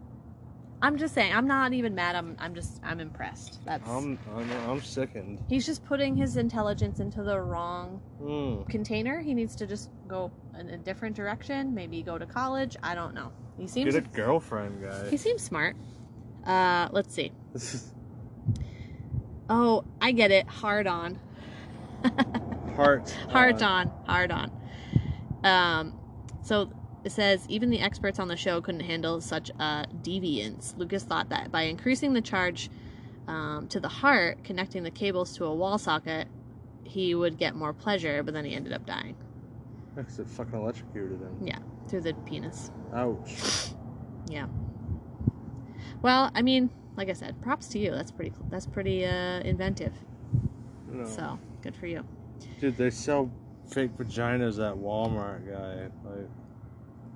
A: I'm just saying. I'm not even mad. I'm. I'm just. I'm impressed. That's.
B: I'm I'm, I'm sickened.
A: he's just putting his intelligence into the wrong
B: Mm.
A: container. He needs to just go in a different direction. Maybe go to college. I don't know. He seems.
B: Get a girlfriend,
A: he
B: guy.
A: seems smart. Uh, let's see. Oh, I get it. Hard on.
B: Heart. Uh,
A: Hard
B: on.
A: on, hard on. Um, so it says even the experts on the show couldn't handle such a deviance. Lucas thought that by increasing the charge um, to the heart, connecting the cables to a wall socket, he would get more pleasure. But then he ended up dying
B: That's it fucking electrocuted him.
A: through the penis.
B: Ouch.
A: Well, I mean, like I said, props to you. That's pretty. That's pretty uh, inventive.
B: No.
A: So good for you.
B: Dude, they sell fake vaginas at Walmart, guy. Like,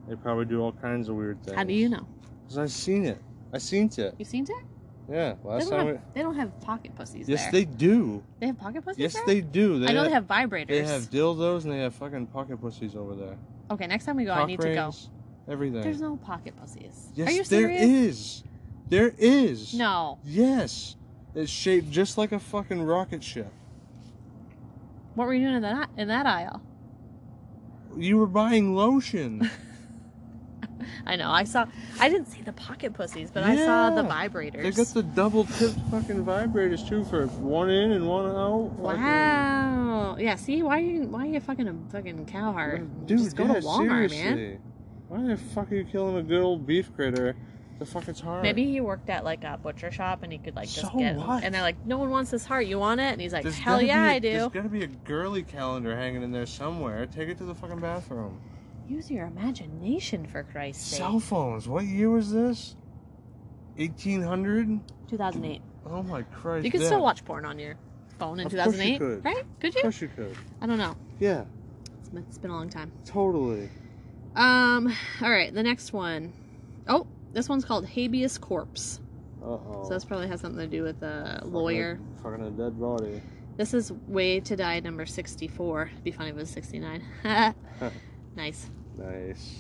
B: they probably do all kinds of weird things.
A: How do you know?
B: Cause I've seen it. I seen it.
A: You've seen that?
B: Yeah.
A: They
B: Last
A: don't,
B: time.
A: have, they don't have pocket pussies
B: we... Yes,
A: there.
B: they do.
A: They have pocket pussies
B: Yes,
A: there?
B: they do. They
A: I know
B: have,
A: they have vibrators.
B: They have dildos and they have fucking pocket pussies over there.
A: Okay, next time we go, I
B: Cock
A: need to go.
B: rings, Everything.
A: There's no pocket pussies.
B: Yes,
A: Are you
B: there
A: serious?
B: is. There is.
A: No.
B: Yes. It's shaped just like a fucking rocket ship.
A: What were you doing in that in that aisle?
B: You were buying lotion.
A: I know. I saw. I didn't see the pocket pussies, but I saw the
B: Yeah.
A: vibrators.
B: they got the double tipped fucking vibrators too for one in and one out. Fucking-
A: wow. Yeah. See, why are you why are you fucking a fucking cowhard?
B: uh, Dude,
A: Just go
B: yeah,
A: to Walmart, man.
B: seriously. Why the fuck are you killing a good old beef critter? The fuck it's hard.
A: Maybe he worked at like a butcher shop and he could like just
B: So
A: get
B: what?
A: and they're like, no one wants this heart. You want it? And he's like,
B: There's
A: hell
B: gotta
A: yeah,
B: be a-
A: I
B: There's
A: do.
B: gotta be a girly calendar hanging in there somewhere. Take it to the fucking bathroom.
A: Use your imagination for Christ's sake.
B: Cell phones. What year was this? 1800?
A: 2008.
B: Oh my Christ.
A: You could
B: yeah.
A: still watch porn on your phone in
B: Of course you
A: 2008,
B: could.
A: right? Could
B: Of
A: you?
B: course you could.
A: I don't know.
B: Yeah,
A: It's been, it's been a long time.
B: totally.
A: Um. All right. The next one. Oh, this one's called habeas corpse.
B: Uh oh.
A: So this probably has something to do with a lawyer.
B: Fucking a dead body.
A: This is Way to Die number 64. It'd be funny if it was 69. nice.
B: Nice.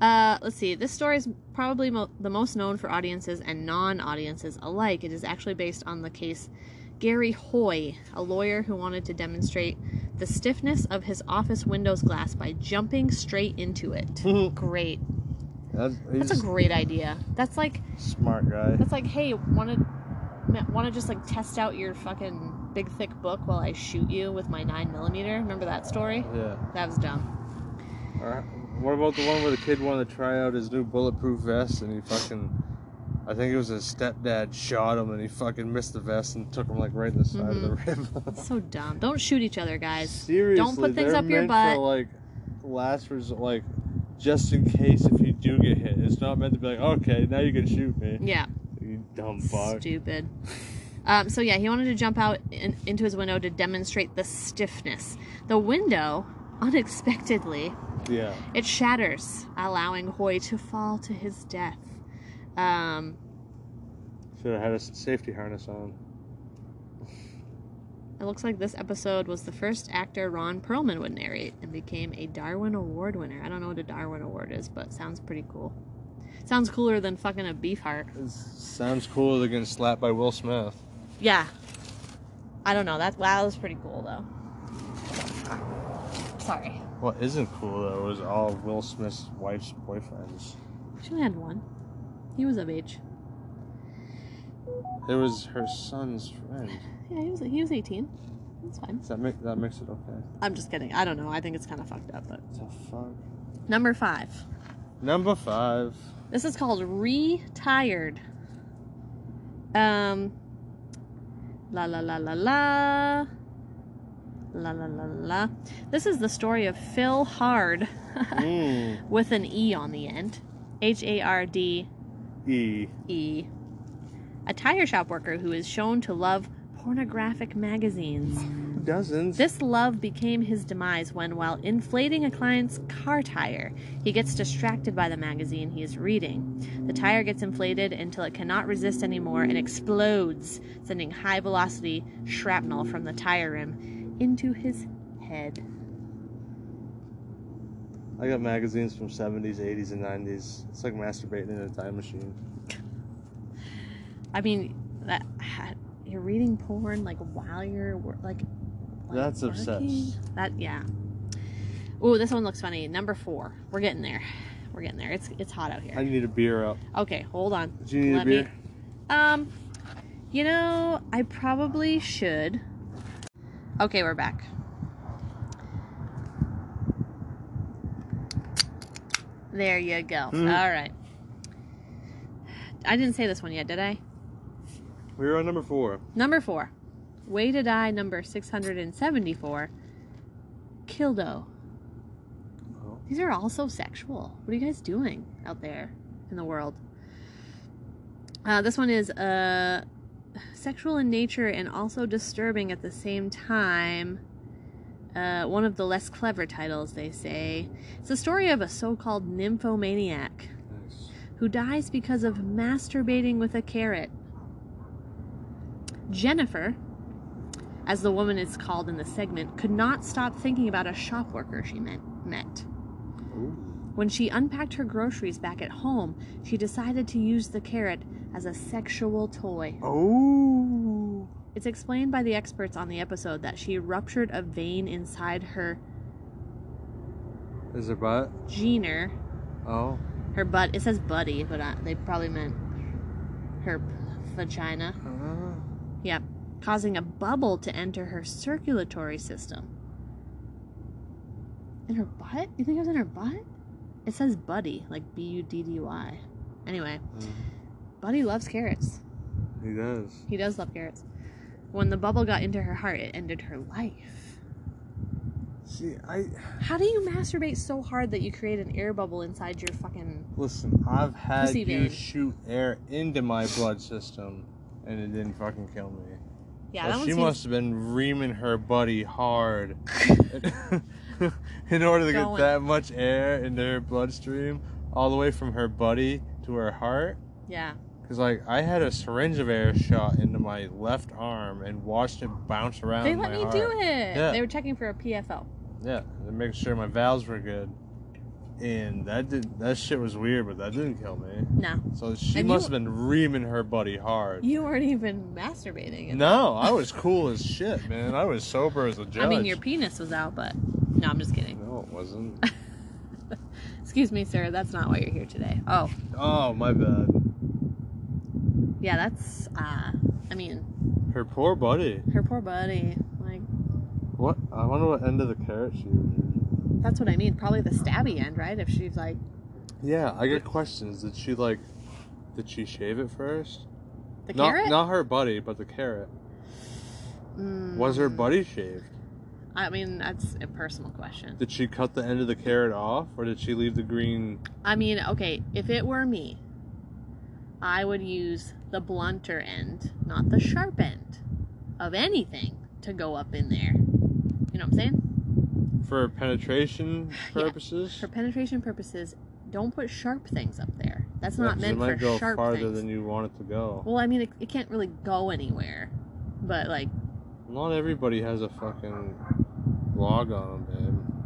A: Uh, let's see. This story is probably mo- the most known for audiences and non audiences alike. It is actually based on the case Gary Hoy, a lawyer who wanted to demonstrate the stiffness of his office window's glass by jumping straight into it. Great.
B: That's, he's
A: That's a great idea. That's like
B: smart guy.
A: that's like, hey, want to want to just like test out your fucking big thick book while I shoot you with my nine millimeter? Remember that story?
B: Yeah.
A: That was dumb.
B: Or what about the one where the kid wanted to try out his new bulletproof vest and he fucking. I think it was his stepdad shot him and he fucking missed the vest and took him like right in the side of the rib.
A: So dumb. Don't shoot each other, Mm-hmm. guys.
B: Seriously,
A: Don't put things
B: they're
A: up your
B: meant
A: butt.
B: For, like last resort, like just in case if you do get hit, it's not meant to be like okay, now you can shoot me.
A: Yeah.
B: You dumb fuck.
A: Stupid. Um, so yeah, he wanted to jump out in, into his window to demonstrate the stiffness. The window, unexpectedly,
B: Yeah.
A: it shatters, allowing Hoy to fall to his death. Um,
B: Should have had a s- safety harness on.
A: It looks like this episode was the first actor Ron Perlman would narrate and became a Darwin Award winner. I don't know what a Darwin Award is, but sounds pretty cool. Sounds cooler than fucking a beef heart.
B: It sounds cooler than getting slapped by Will Smith.
A: Yeah. I don't know. That wow, that was pretty cool though. Sorry.
B: What isn't cool though is all of Will Smith's wife's boyfriends.
A: She only had one. He was of age.
B: It was her son's friend.
A: Yeah, he was he was 18. That's fine.
B: Does that make that makes it okay?
A: I'm just kidding. I don't know. I think it's kind of fucked up, but
B: The fuck.
A: number 5.
B: Number five.
A: This is called Retired. Um. La la la la la. La la la la. This is the story of Phil Hard
B: Mm.
A: with an E on the end. H A R D
B: E.
A: E. A tire shop worker who is shown to love pornographic magazines.
B: Who doesn't?
A: This love became his demise when, while inflating a client's car tire, he gets distracted by the magazine he is reading. The tire gets inflated until it cannot resist anymore and explodes, sending high velocity shrapnel from the tire rim into his head.
B: I got magazines from 70s, 80s, and 90s. It's like masturbating in a time machine.
A: I mean, that, you're reading porn like while you're wor- like. while
B: That's
A: you're
B: obsessed.
A: working. That yeah. Ooh, this one looks funny. Number four. We're getting there. We're getting there. It's it's hot out
B: I
A: here.
B: need a beer up.
A: Okay, hold on.
B: Do you need a
A: Let me-
B: beer?
A: Um, you know, I probably should. Okay, we're back. There you go.
B: Mhm.
A: All right. I didn't say this one yet, did I?
B: We were on number four.
A: Number four. Way to die number 674. Kildo.
B: Oh.
A: These are all so sexual. What are you guys doing out there in the world? Uh, this one is uh, sexual in nature and also disturbing at the same time. Uh, one of the less clever titles, they say. It's the story of a so called nymphomaniac
B: Nice.
A: who dies because of masturbating with a carrot. Jennifer, as the woman is called in the segment, could not stop thinking about a shop worker she met. met.
B: Ooh.
A: When she unpacked her groceries back at home, she decided to use the carrot as a sexual toy.
B: Oh.
A: It's explained by the experts on the episode that she ruptured a vein inside her
B: Is it butt?
A: jeaner,
B: Oh.
A: her butt. It says buddy, but I, they probably meant her p- vagina.
B: Uh,
A: Yep. Causing a bubble to enter her circulatory system. In her butt? You think it was in her butt? It says buddy, like B U D D Y. Anyway,
B: Mm.
A: Buddy loves carrots.
B: he does.
A: He does love carrots. When the bubble got into her heart, it ended her life.
B: See, I
A: How do you masturbate so hard that you create an air bubble inside your fucking.
B: listen. I've had
A: Pussy
B: you
A: vein.
B: shoot air into my blood system, and it didn't fucking kill me.
A: Yeah,
B: Well,
A: that
B: she
A: one seems
B: must have been reaming her buddy hard in order to
A: Going.
B: get that much air into her bloodstream, all the way from her buddy to her heart.
A: Yeah.
B: Cause like I had a syringe of air shot into my left arm and watched it bounce around.
A: They let
B: my
A: me
B: heart.
A: do it.
B: Yeah.
A: They were checking for a PFL.
B: Yeah, to make sure my valves were good. And that did that shit was weird, but that didn't kill me.
A: No.
B: So she
A: And you-
B: must have been reaming her buddy hard.
A: You weren't even masturbating. at
B: no, I was cool as shit, man. I was sober as a judge.
A: I mean, your penis was out, but no, I'm just kidding.
B: No, it wasn't.
A: Excuse me, sir. That's not why you're here today. Oh,
B: Oh, my bad.
A: yeah, that's. uh I mean,
B: Her poor buddy.
A: her poor buddy. Like,
B: What? I wonder what end of the carrot she was using.
A: that's what I mean. Probably the stabby end, right? If she's like,
B: Yeah, I get questions. Did she like? Did she shave it first?
A: the
B: not,
A: carrot?
B: Not her buddy, but the carrot.
A: Mm,
B: Was her buddy shaved?
A: I mean, that's a personal question.
B: Did she cut the end of the carrot off, or did she leave the green?
A: I mean, okay, if it were me, I would use the blunter end, not the sharp end of anything to go up in there. You know what I'm saying?
B: for penetration
A: Yeah,
B: purposes.
A: For penetration purposes, don't put sharp things up there. That's not
B: 'cause
A: meant
B: it might
A: for
B: go
A: sharp
B: farther
A: things.
B: than you want it to go.
A: Well, I mean, it, it can't really go anywhere. But like,
B: Not everybody has a fucking log on them,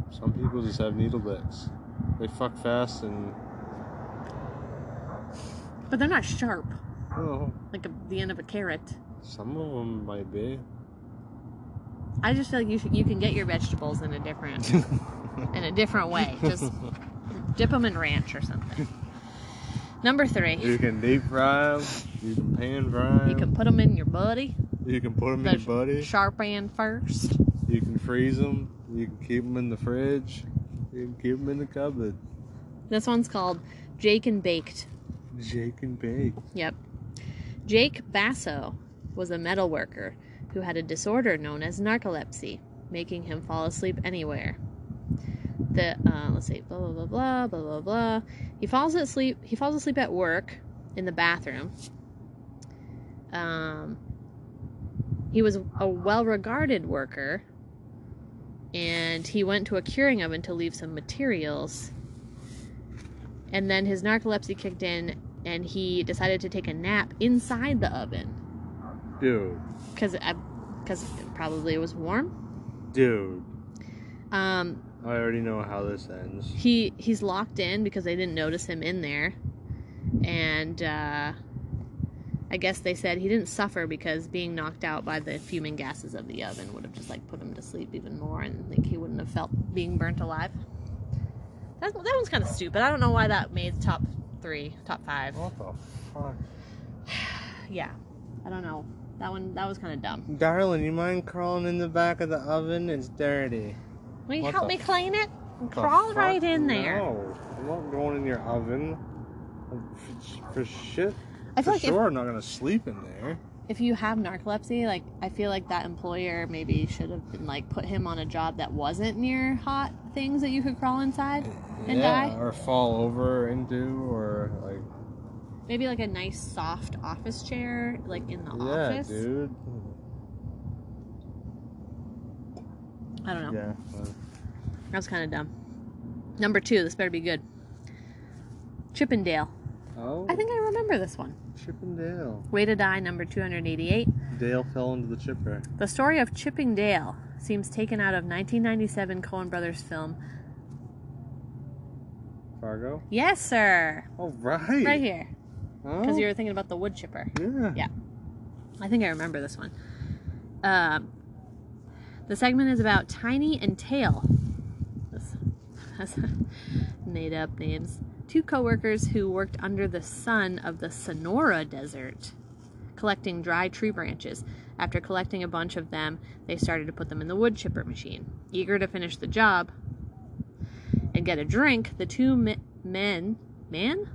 B: babe. Some people just have needle dicks. They fuck fast and
A: but they're not sharp,
B: oh,
A: like a, the end of a carrot.
B: some of them might be.
A: I just feel like you should, you can get your vegetables in a different in a different way. Just dip them in ranch or something. Number three,
B: you can deep fry 'em, You can pan fry 'em,
A: you can put them in your buddy,
B: You can put them
A: the
B: in your buddy.
A: sharp end first.
B: You can freeze them. You can keep them in the fridge. You can keep them in the cupboard.
A: This one's called Jake and Baked.
B: Jake and bake.
A: Yep. Jake Basso was a metal worker who had a disorder known as narcolepsy, making him fall asleep anywhere. The uh, let's see, blah blah blah blah blah blah blah. He falls asleep. He falls asleep at work in the bathroom. Um, he was a well-regarded worker, and he went to a curing oven to leave some materials. And then his narcolepsy kicked in, and he decided to take a nap inside the oven
B: Dude,
A: because because it probably was warm.
B: dude.
A: Um,
B: I already know how this ends.
A: he he's locked in because they didn't notice him in there, and uh, I guess they said he didn't suffer because being knocked out by the fuming gases of the oven would have just like put him to sleep even more, and like he wouldn't have felt being burnt alive. That that one's kind of stupid. I don't know why that made the top three, top five.
B: What the fuck?
A: Yeah, I don't know. That one that was kind of dumb.
B: Darling, you mind crawling in the back of the oven? It's dirty.
A: Will you
B: What
A: help me
B: the
A: clean it?
B: What the
A: Crawl
B: fuck?
A: right in there.
B: No, I'm not going in your oven. For, for shit.
A: I
B: For
A: feel like if
B: sure, I'm not gonna sleep in there.
A: if you have narcolepsy, like I feel like that employer maybe should have been like put him on a job that wasn't near hot things that you could crawl inside. And
B: yeah,
A: die?
B: or fall over into, or like.
A: Maybe like a nice soft office chair, like in the
B: yeah,
A: office.
B: dude.
A: I don't know.
B: Yeah.
A: That was kind of dumb. Number two, this better be good. Chippendale.
B: Oh.
A: I think I remember this one.
B: Chippendale.
A: Way to Die, number 288.
B: Dale fell into the chipper.
A: The story of Chippendale seems taken out of 1997 Coen Brothers film.
B: Fargo.
A: Yes, sir.
B: Oh right.
A: Right here.
B: Huh?
A: Because you were thinking about the wood chipper.
B: Yeah.
A: I think I remember this one. Um, the segment is about Tiny and Tail. That's, that's made up names. Two coworkers who worked under the sun of the Sonora Desert, collecting dry tree branches. After collecting a bunch of them, they started to put them in the wood chipper machine. Eager to finish the job and get a drink, the two me- men, man,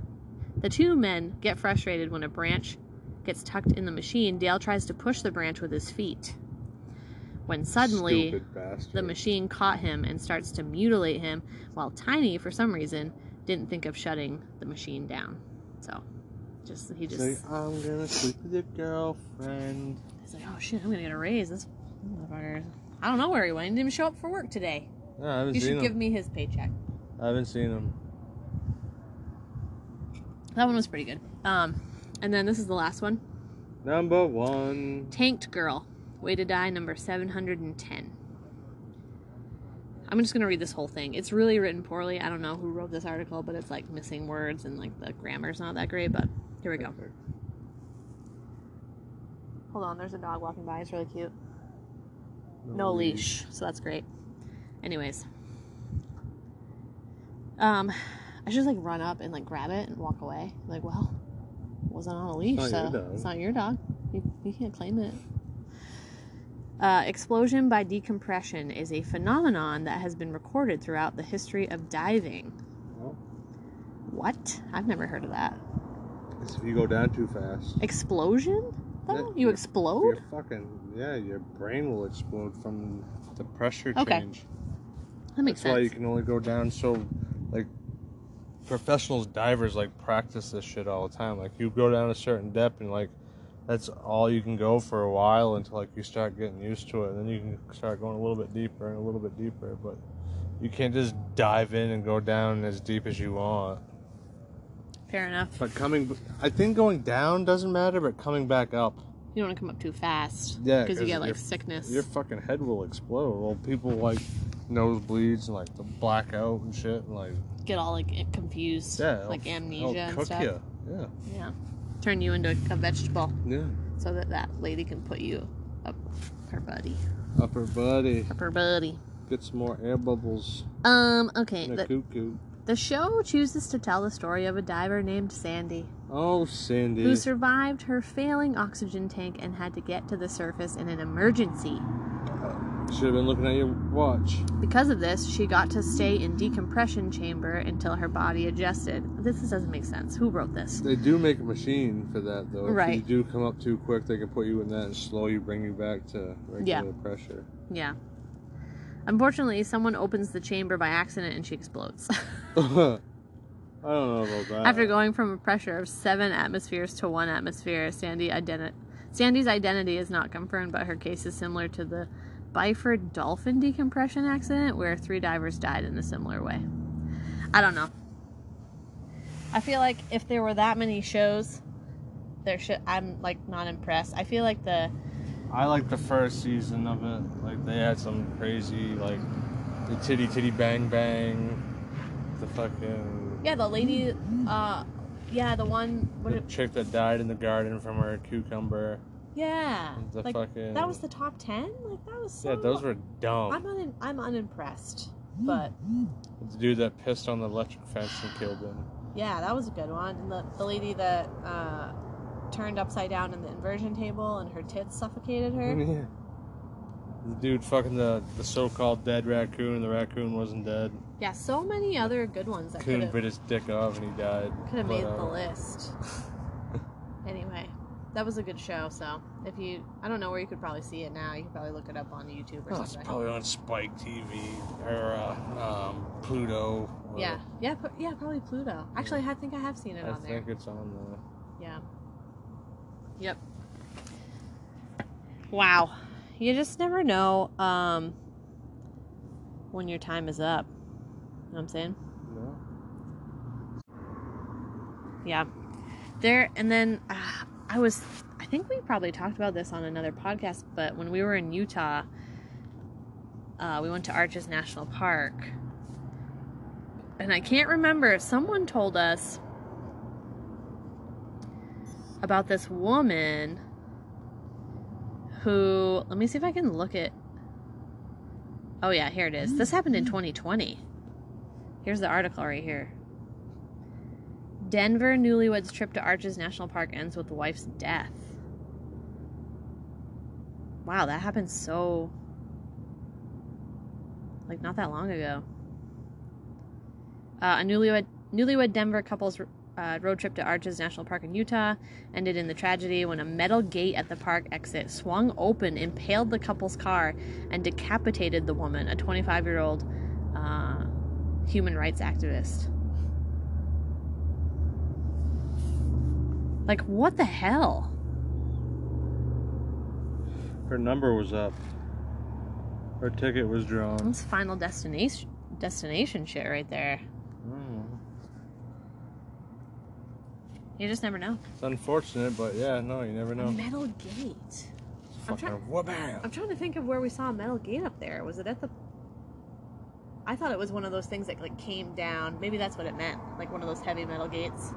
A: the two men get frustrated when a branch gets tucked in the machine. Dale tries to push the branch with his feet. When suddenly
B: Stupid bastard.
A: the machine caught him and starts to mutilate him, while Tiny, for some reason, didn't think of shutting the machine down. So, just he just
B: Say, I'm gonna sleep with your girlfriend.
A: he's like, "Oh shit, I'm gonna get a raise." This motherfucker. I don't know where he went. He didn't even show up for work today.
B: No, I haven't
A: You
B: seen
A: should
B: him.
A: give me his paycheck.
B: I haven't seen him.
A: That one was pretty good. Um, and then this is the last one.
B: Number one.
A: Tanked Girl, Way to Die, number 710. I'm just going to read this whole thing. It's really written poorly. I don't know who wrote this article, but it's like missing words and like the grammar's not that great, but here we go. Hold on, there's a dog walking by. It's really cute.
B: Oh,
A: No leash, so that's great. Anyways. Um, I should just like run up and like grab it and walk away. Like, well, it wasn't on a leash,
B: not your
A: so
B: dog.
A: it's not your dog. You, you can't claim it. Uh, explosion by decompression is a phenomenon that has been recorded throughout the history of diving.
B: Well.
A: What? I've never heard of that.
B: It's if you go down too fast.
A: Explosion? Though?
B: Yeah,
A: You
B: yeah.
A: explode?
B: You're fucking yeah. Your brain will explode from the pressure
A: Okay.
B: change.
A: That makes
B: That's
A: sense.
B: why you can only go down so, like, professionals divers like practice this shit all the time. Like you go down a certain depth and like that's all you can go for a while until like you start getting used to it. And then you can start going a little bit deeper and a little bit deeper. But you can't just dive in and go down as deep as you want.
A: Fair enough.
B: But coming, I think going down doesn't matter, but coming back up.
A: You don't want to come up too fast.
B: Yeah,
A: Because you
B: 'cause
A: get like
B: you're-
A: sickness.
B: Your fucking head will explode. Well, people like nosebleeds and like the blackout and shit. And, like
A: Get all like confused.
B: yeah, it'll-
A: like
B: it'll
A: amnesia and
B: cook
A: stuff.
B: ya. Yeah,
A: Yeah. Turn you into a vegetable
B: yeah.
A: so that that lady can put you up her buddy.
B: Upper body
A: Up her buddy.
B: get some more air bubbles
A: Um, okay.
B: in a
A: The,
B: cuckoo.
A: the show chooses to tell the story of a diver named Sandy
B: Oh, Sandy.
A: who survived her failing oxygen tank and had to get to the surface in an emergency.
B: Should have been looking at your watch.
A: Because of this, she got to stay in decompression chamber until her body adjusted. This doesn't make sense. Who wrote this?
B: They do make a machine for that though. If
A: Right.
B: you do come up too quick, they can put you in that and slow you, bring you back to
A: Yeah.
B: regular pressure.
A: Yeah. Unfortunately, someone opens the chamber by accident and she explodes.
B: I don't know about that.
A: After going from a pressure of seven atmospheres to one atmosphere, Sandy identi- Sandy's identity is not confirmed, but her case is similar to the Byford dolphin decompression accident, where three divers died in a similar way. I don't know. I feel like if there were that many shows, there should. I'm like not impressed. I feel like the
B: I like the first season of it. Like they had some crazy like the titty titty bang bang, the fucking
A: yeah the lady, uh, yeah the one what
B: the
A: it,
B: chick that died in the garden from her cucumber.
A: yeah
B: The
A: like
B: fucking
A: that was the top ten like that was so
B: yeah. Those were dumb.
A: I'm un- I'm unimpressed, but
B: The dude that pissed on the electric fence and killed him.
A: Yeah, that was a good one. And the, the lady that uh, turned upside down in the inversion table and her tits suffocated her.
B: Yeah. The dude fucking the, the so called dead raccoon and the raccoon wasn't dead.
A: Yeah, so many other good ones that could
B: Coon
A: have
B: bit his dick off and he died.
A: could have made
B: But,
A: the
B: uh,
A: list. anyway, that was a good show. So if you, I don't know where you could probably see it now. You could probably look it up on YouTube or
B: Oh, it's
A: something.
B: probably on Spike TV or uh, um, Pluto. or-
A: yeah, yeah, pu- yeah, probably Pluto. Actually, I think I have seen it
B: I
A: on there.
B: think it's on the.
A: Yeah. Yep. Wow. You just never know um, when your time is up. You know what I'm saying?
B: No?
A: Yeah. There, and then uh, I was, I think we probably talked about this on another podcast, but when we were in Utah, uh, we went to Arches National Park. And I can't remember, someone told us about this woman who, let me see if I can look at. Oh, yeah, here it is. This happened in 2020. Here's the article right here Denver newlyweds' trip to Arches National Park ends with the wife's death. Wow, that happened so. Like, not that long ago. Uh, a newlywed, newlywed Denver couple's uh, road trip to Arches National Park in Utah ended in the tragedy when a metal gate at the park exit swung open, impaled the couple's car, and decapitated the woman, a 25 year old uh, human rights activist. Like, what the hell?
B: Her number was up. Her ticket was drawn.
A: That's final destination destination shit right there.
B: Mm.
A: You just never know.
B: It's unfortunate, but yeah, no, you never
A: A
B: know.
A: metal gate. I'm
B: Fucking whabam.
A: I'm trying to think of where we saw a metal gate up there. Was it at the? I thought it was one of those things that like came down. Maybe that's what it meant, like one of those heavy metal gates.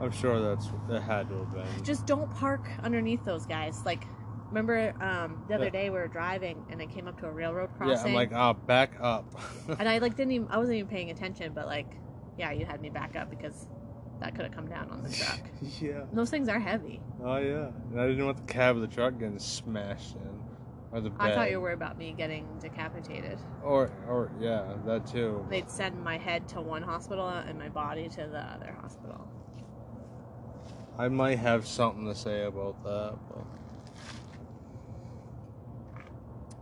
B: I'm sure that's that had to have been.
A: Just don't park underneath those guys. Like, remember um, the
B: Yeah.
A: other day we were driving and I came up to a railroad
B: yeah,
A: crossing,
B: I'm like, ah, back up.
A: and I like didn't even I wasn't even paying attention, but like, yeah, you had me back up because that could have come down on the truck.
B: yeah.
A: those things are heavy.
B: Oh yeah. And I didn't want the cab of the truck getting smashed in, or the
A: I thought
B: bed.
A: you were worried about me getting decapitated.
B: Or or yeah, that too.
A: They'd send my head to one hospital and my body to the other hospital.
B: I might have something to say about that, but,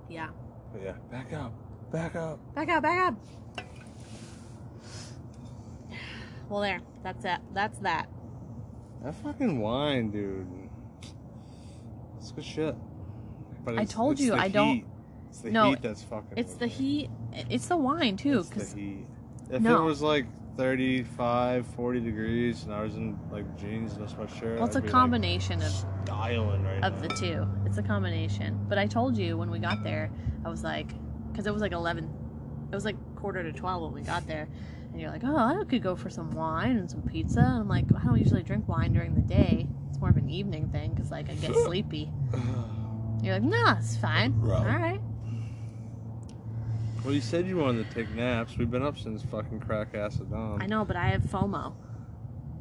A: Yeah.
B: but yeah, back up, back up.
A: Back up, back up. Well, there. That's that. That's that.
B: That fucking wine, dude. It's good shit. But
A: I told you,
B: the
A: I don't-
B: Heat. It's the
A: No,
B: heat that's fucking.
A: It's
B: with
A: the
B: me.
A: heat. It's the wine too,
B: It's the
A: because
B: heat. If
A: No.
B: it was like 35, 40 degrees, and I was in like jeans and a sweatshirt,
A: well, it's
B: I'd
A: a
B: be, like,
A: combination of
B: styling right
A: of the
B: now.
A: two. It's a combination. But I told you when we got there, I was like, because it was like eleven. It was like quarter to twelve when we got there, and you're like, oh, I could go for some wine and some pizza. And I'm like, I don't usually drink wine during the day. It's more of an evening thing because like I get sleepy. You're like, nah, it's fine.
B: Right.
A: All right.
B: well, you said you wanted to take naps. We've been up since fucking crack ass at dawn.
A: I know, but I have FOMO.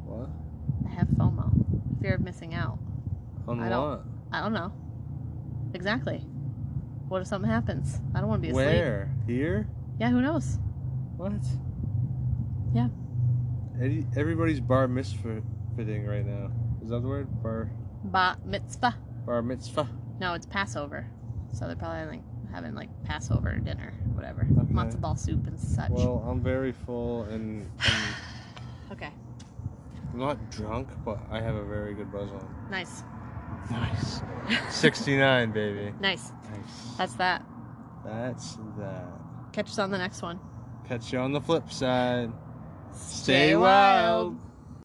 B: What?
A: I have FOMO. Fear of missing out.
B: On
A: I
B: what?
A: don't- I don't know. Exactly. What if something happens? I don't want to be asleep.
B: Where? Here?
A: Yeah, who knows?
B: What?
A: Yeah.
B: Eddie, everybody's bar misfitting right now. Is that the word? Bar
A: Bat mitzvah.
B: bar mitzvah.
A: No, it's Passover. So they're probably like having like Passover dinner, whatever. Matzo ball soup and such.
B: Well, I'm very full and I'm
A: okay.
B: not drunk, but I have a very good buzz on.
A: Nice.
B: Nice. 69, baby.
A: Nice.
B: Nice.
A: That's that.
B: That's that.
A: Catch us on the next one.
B: Catch you on the flip side.
A: Stay wild.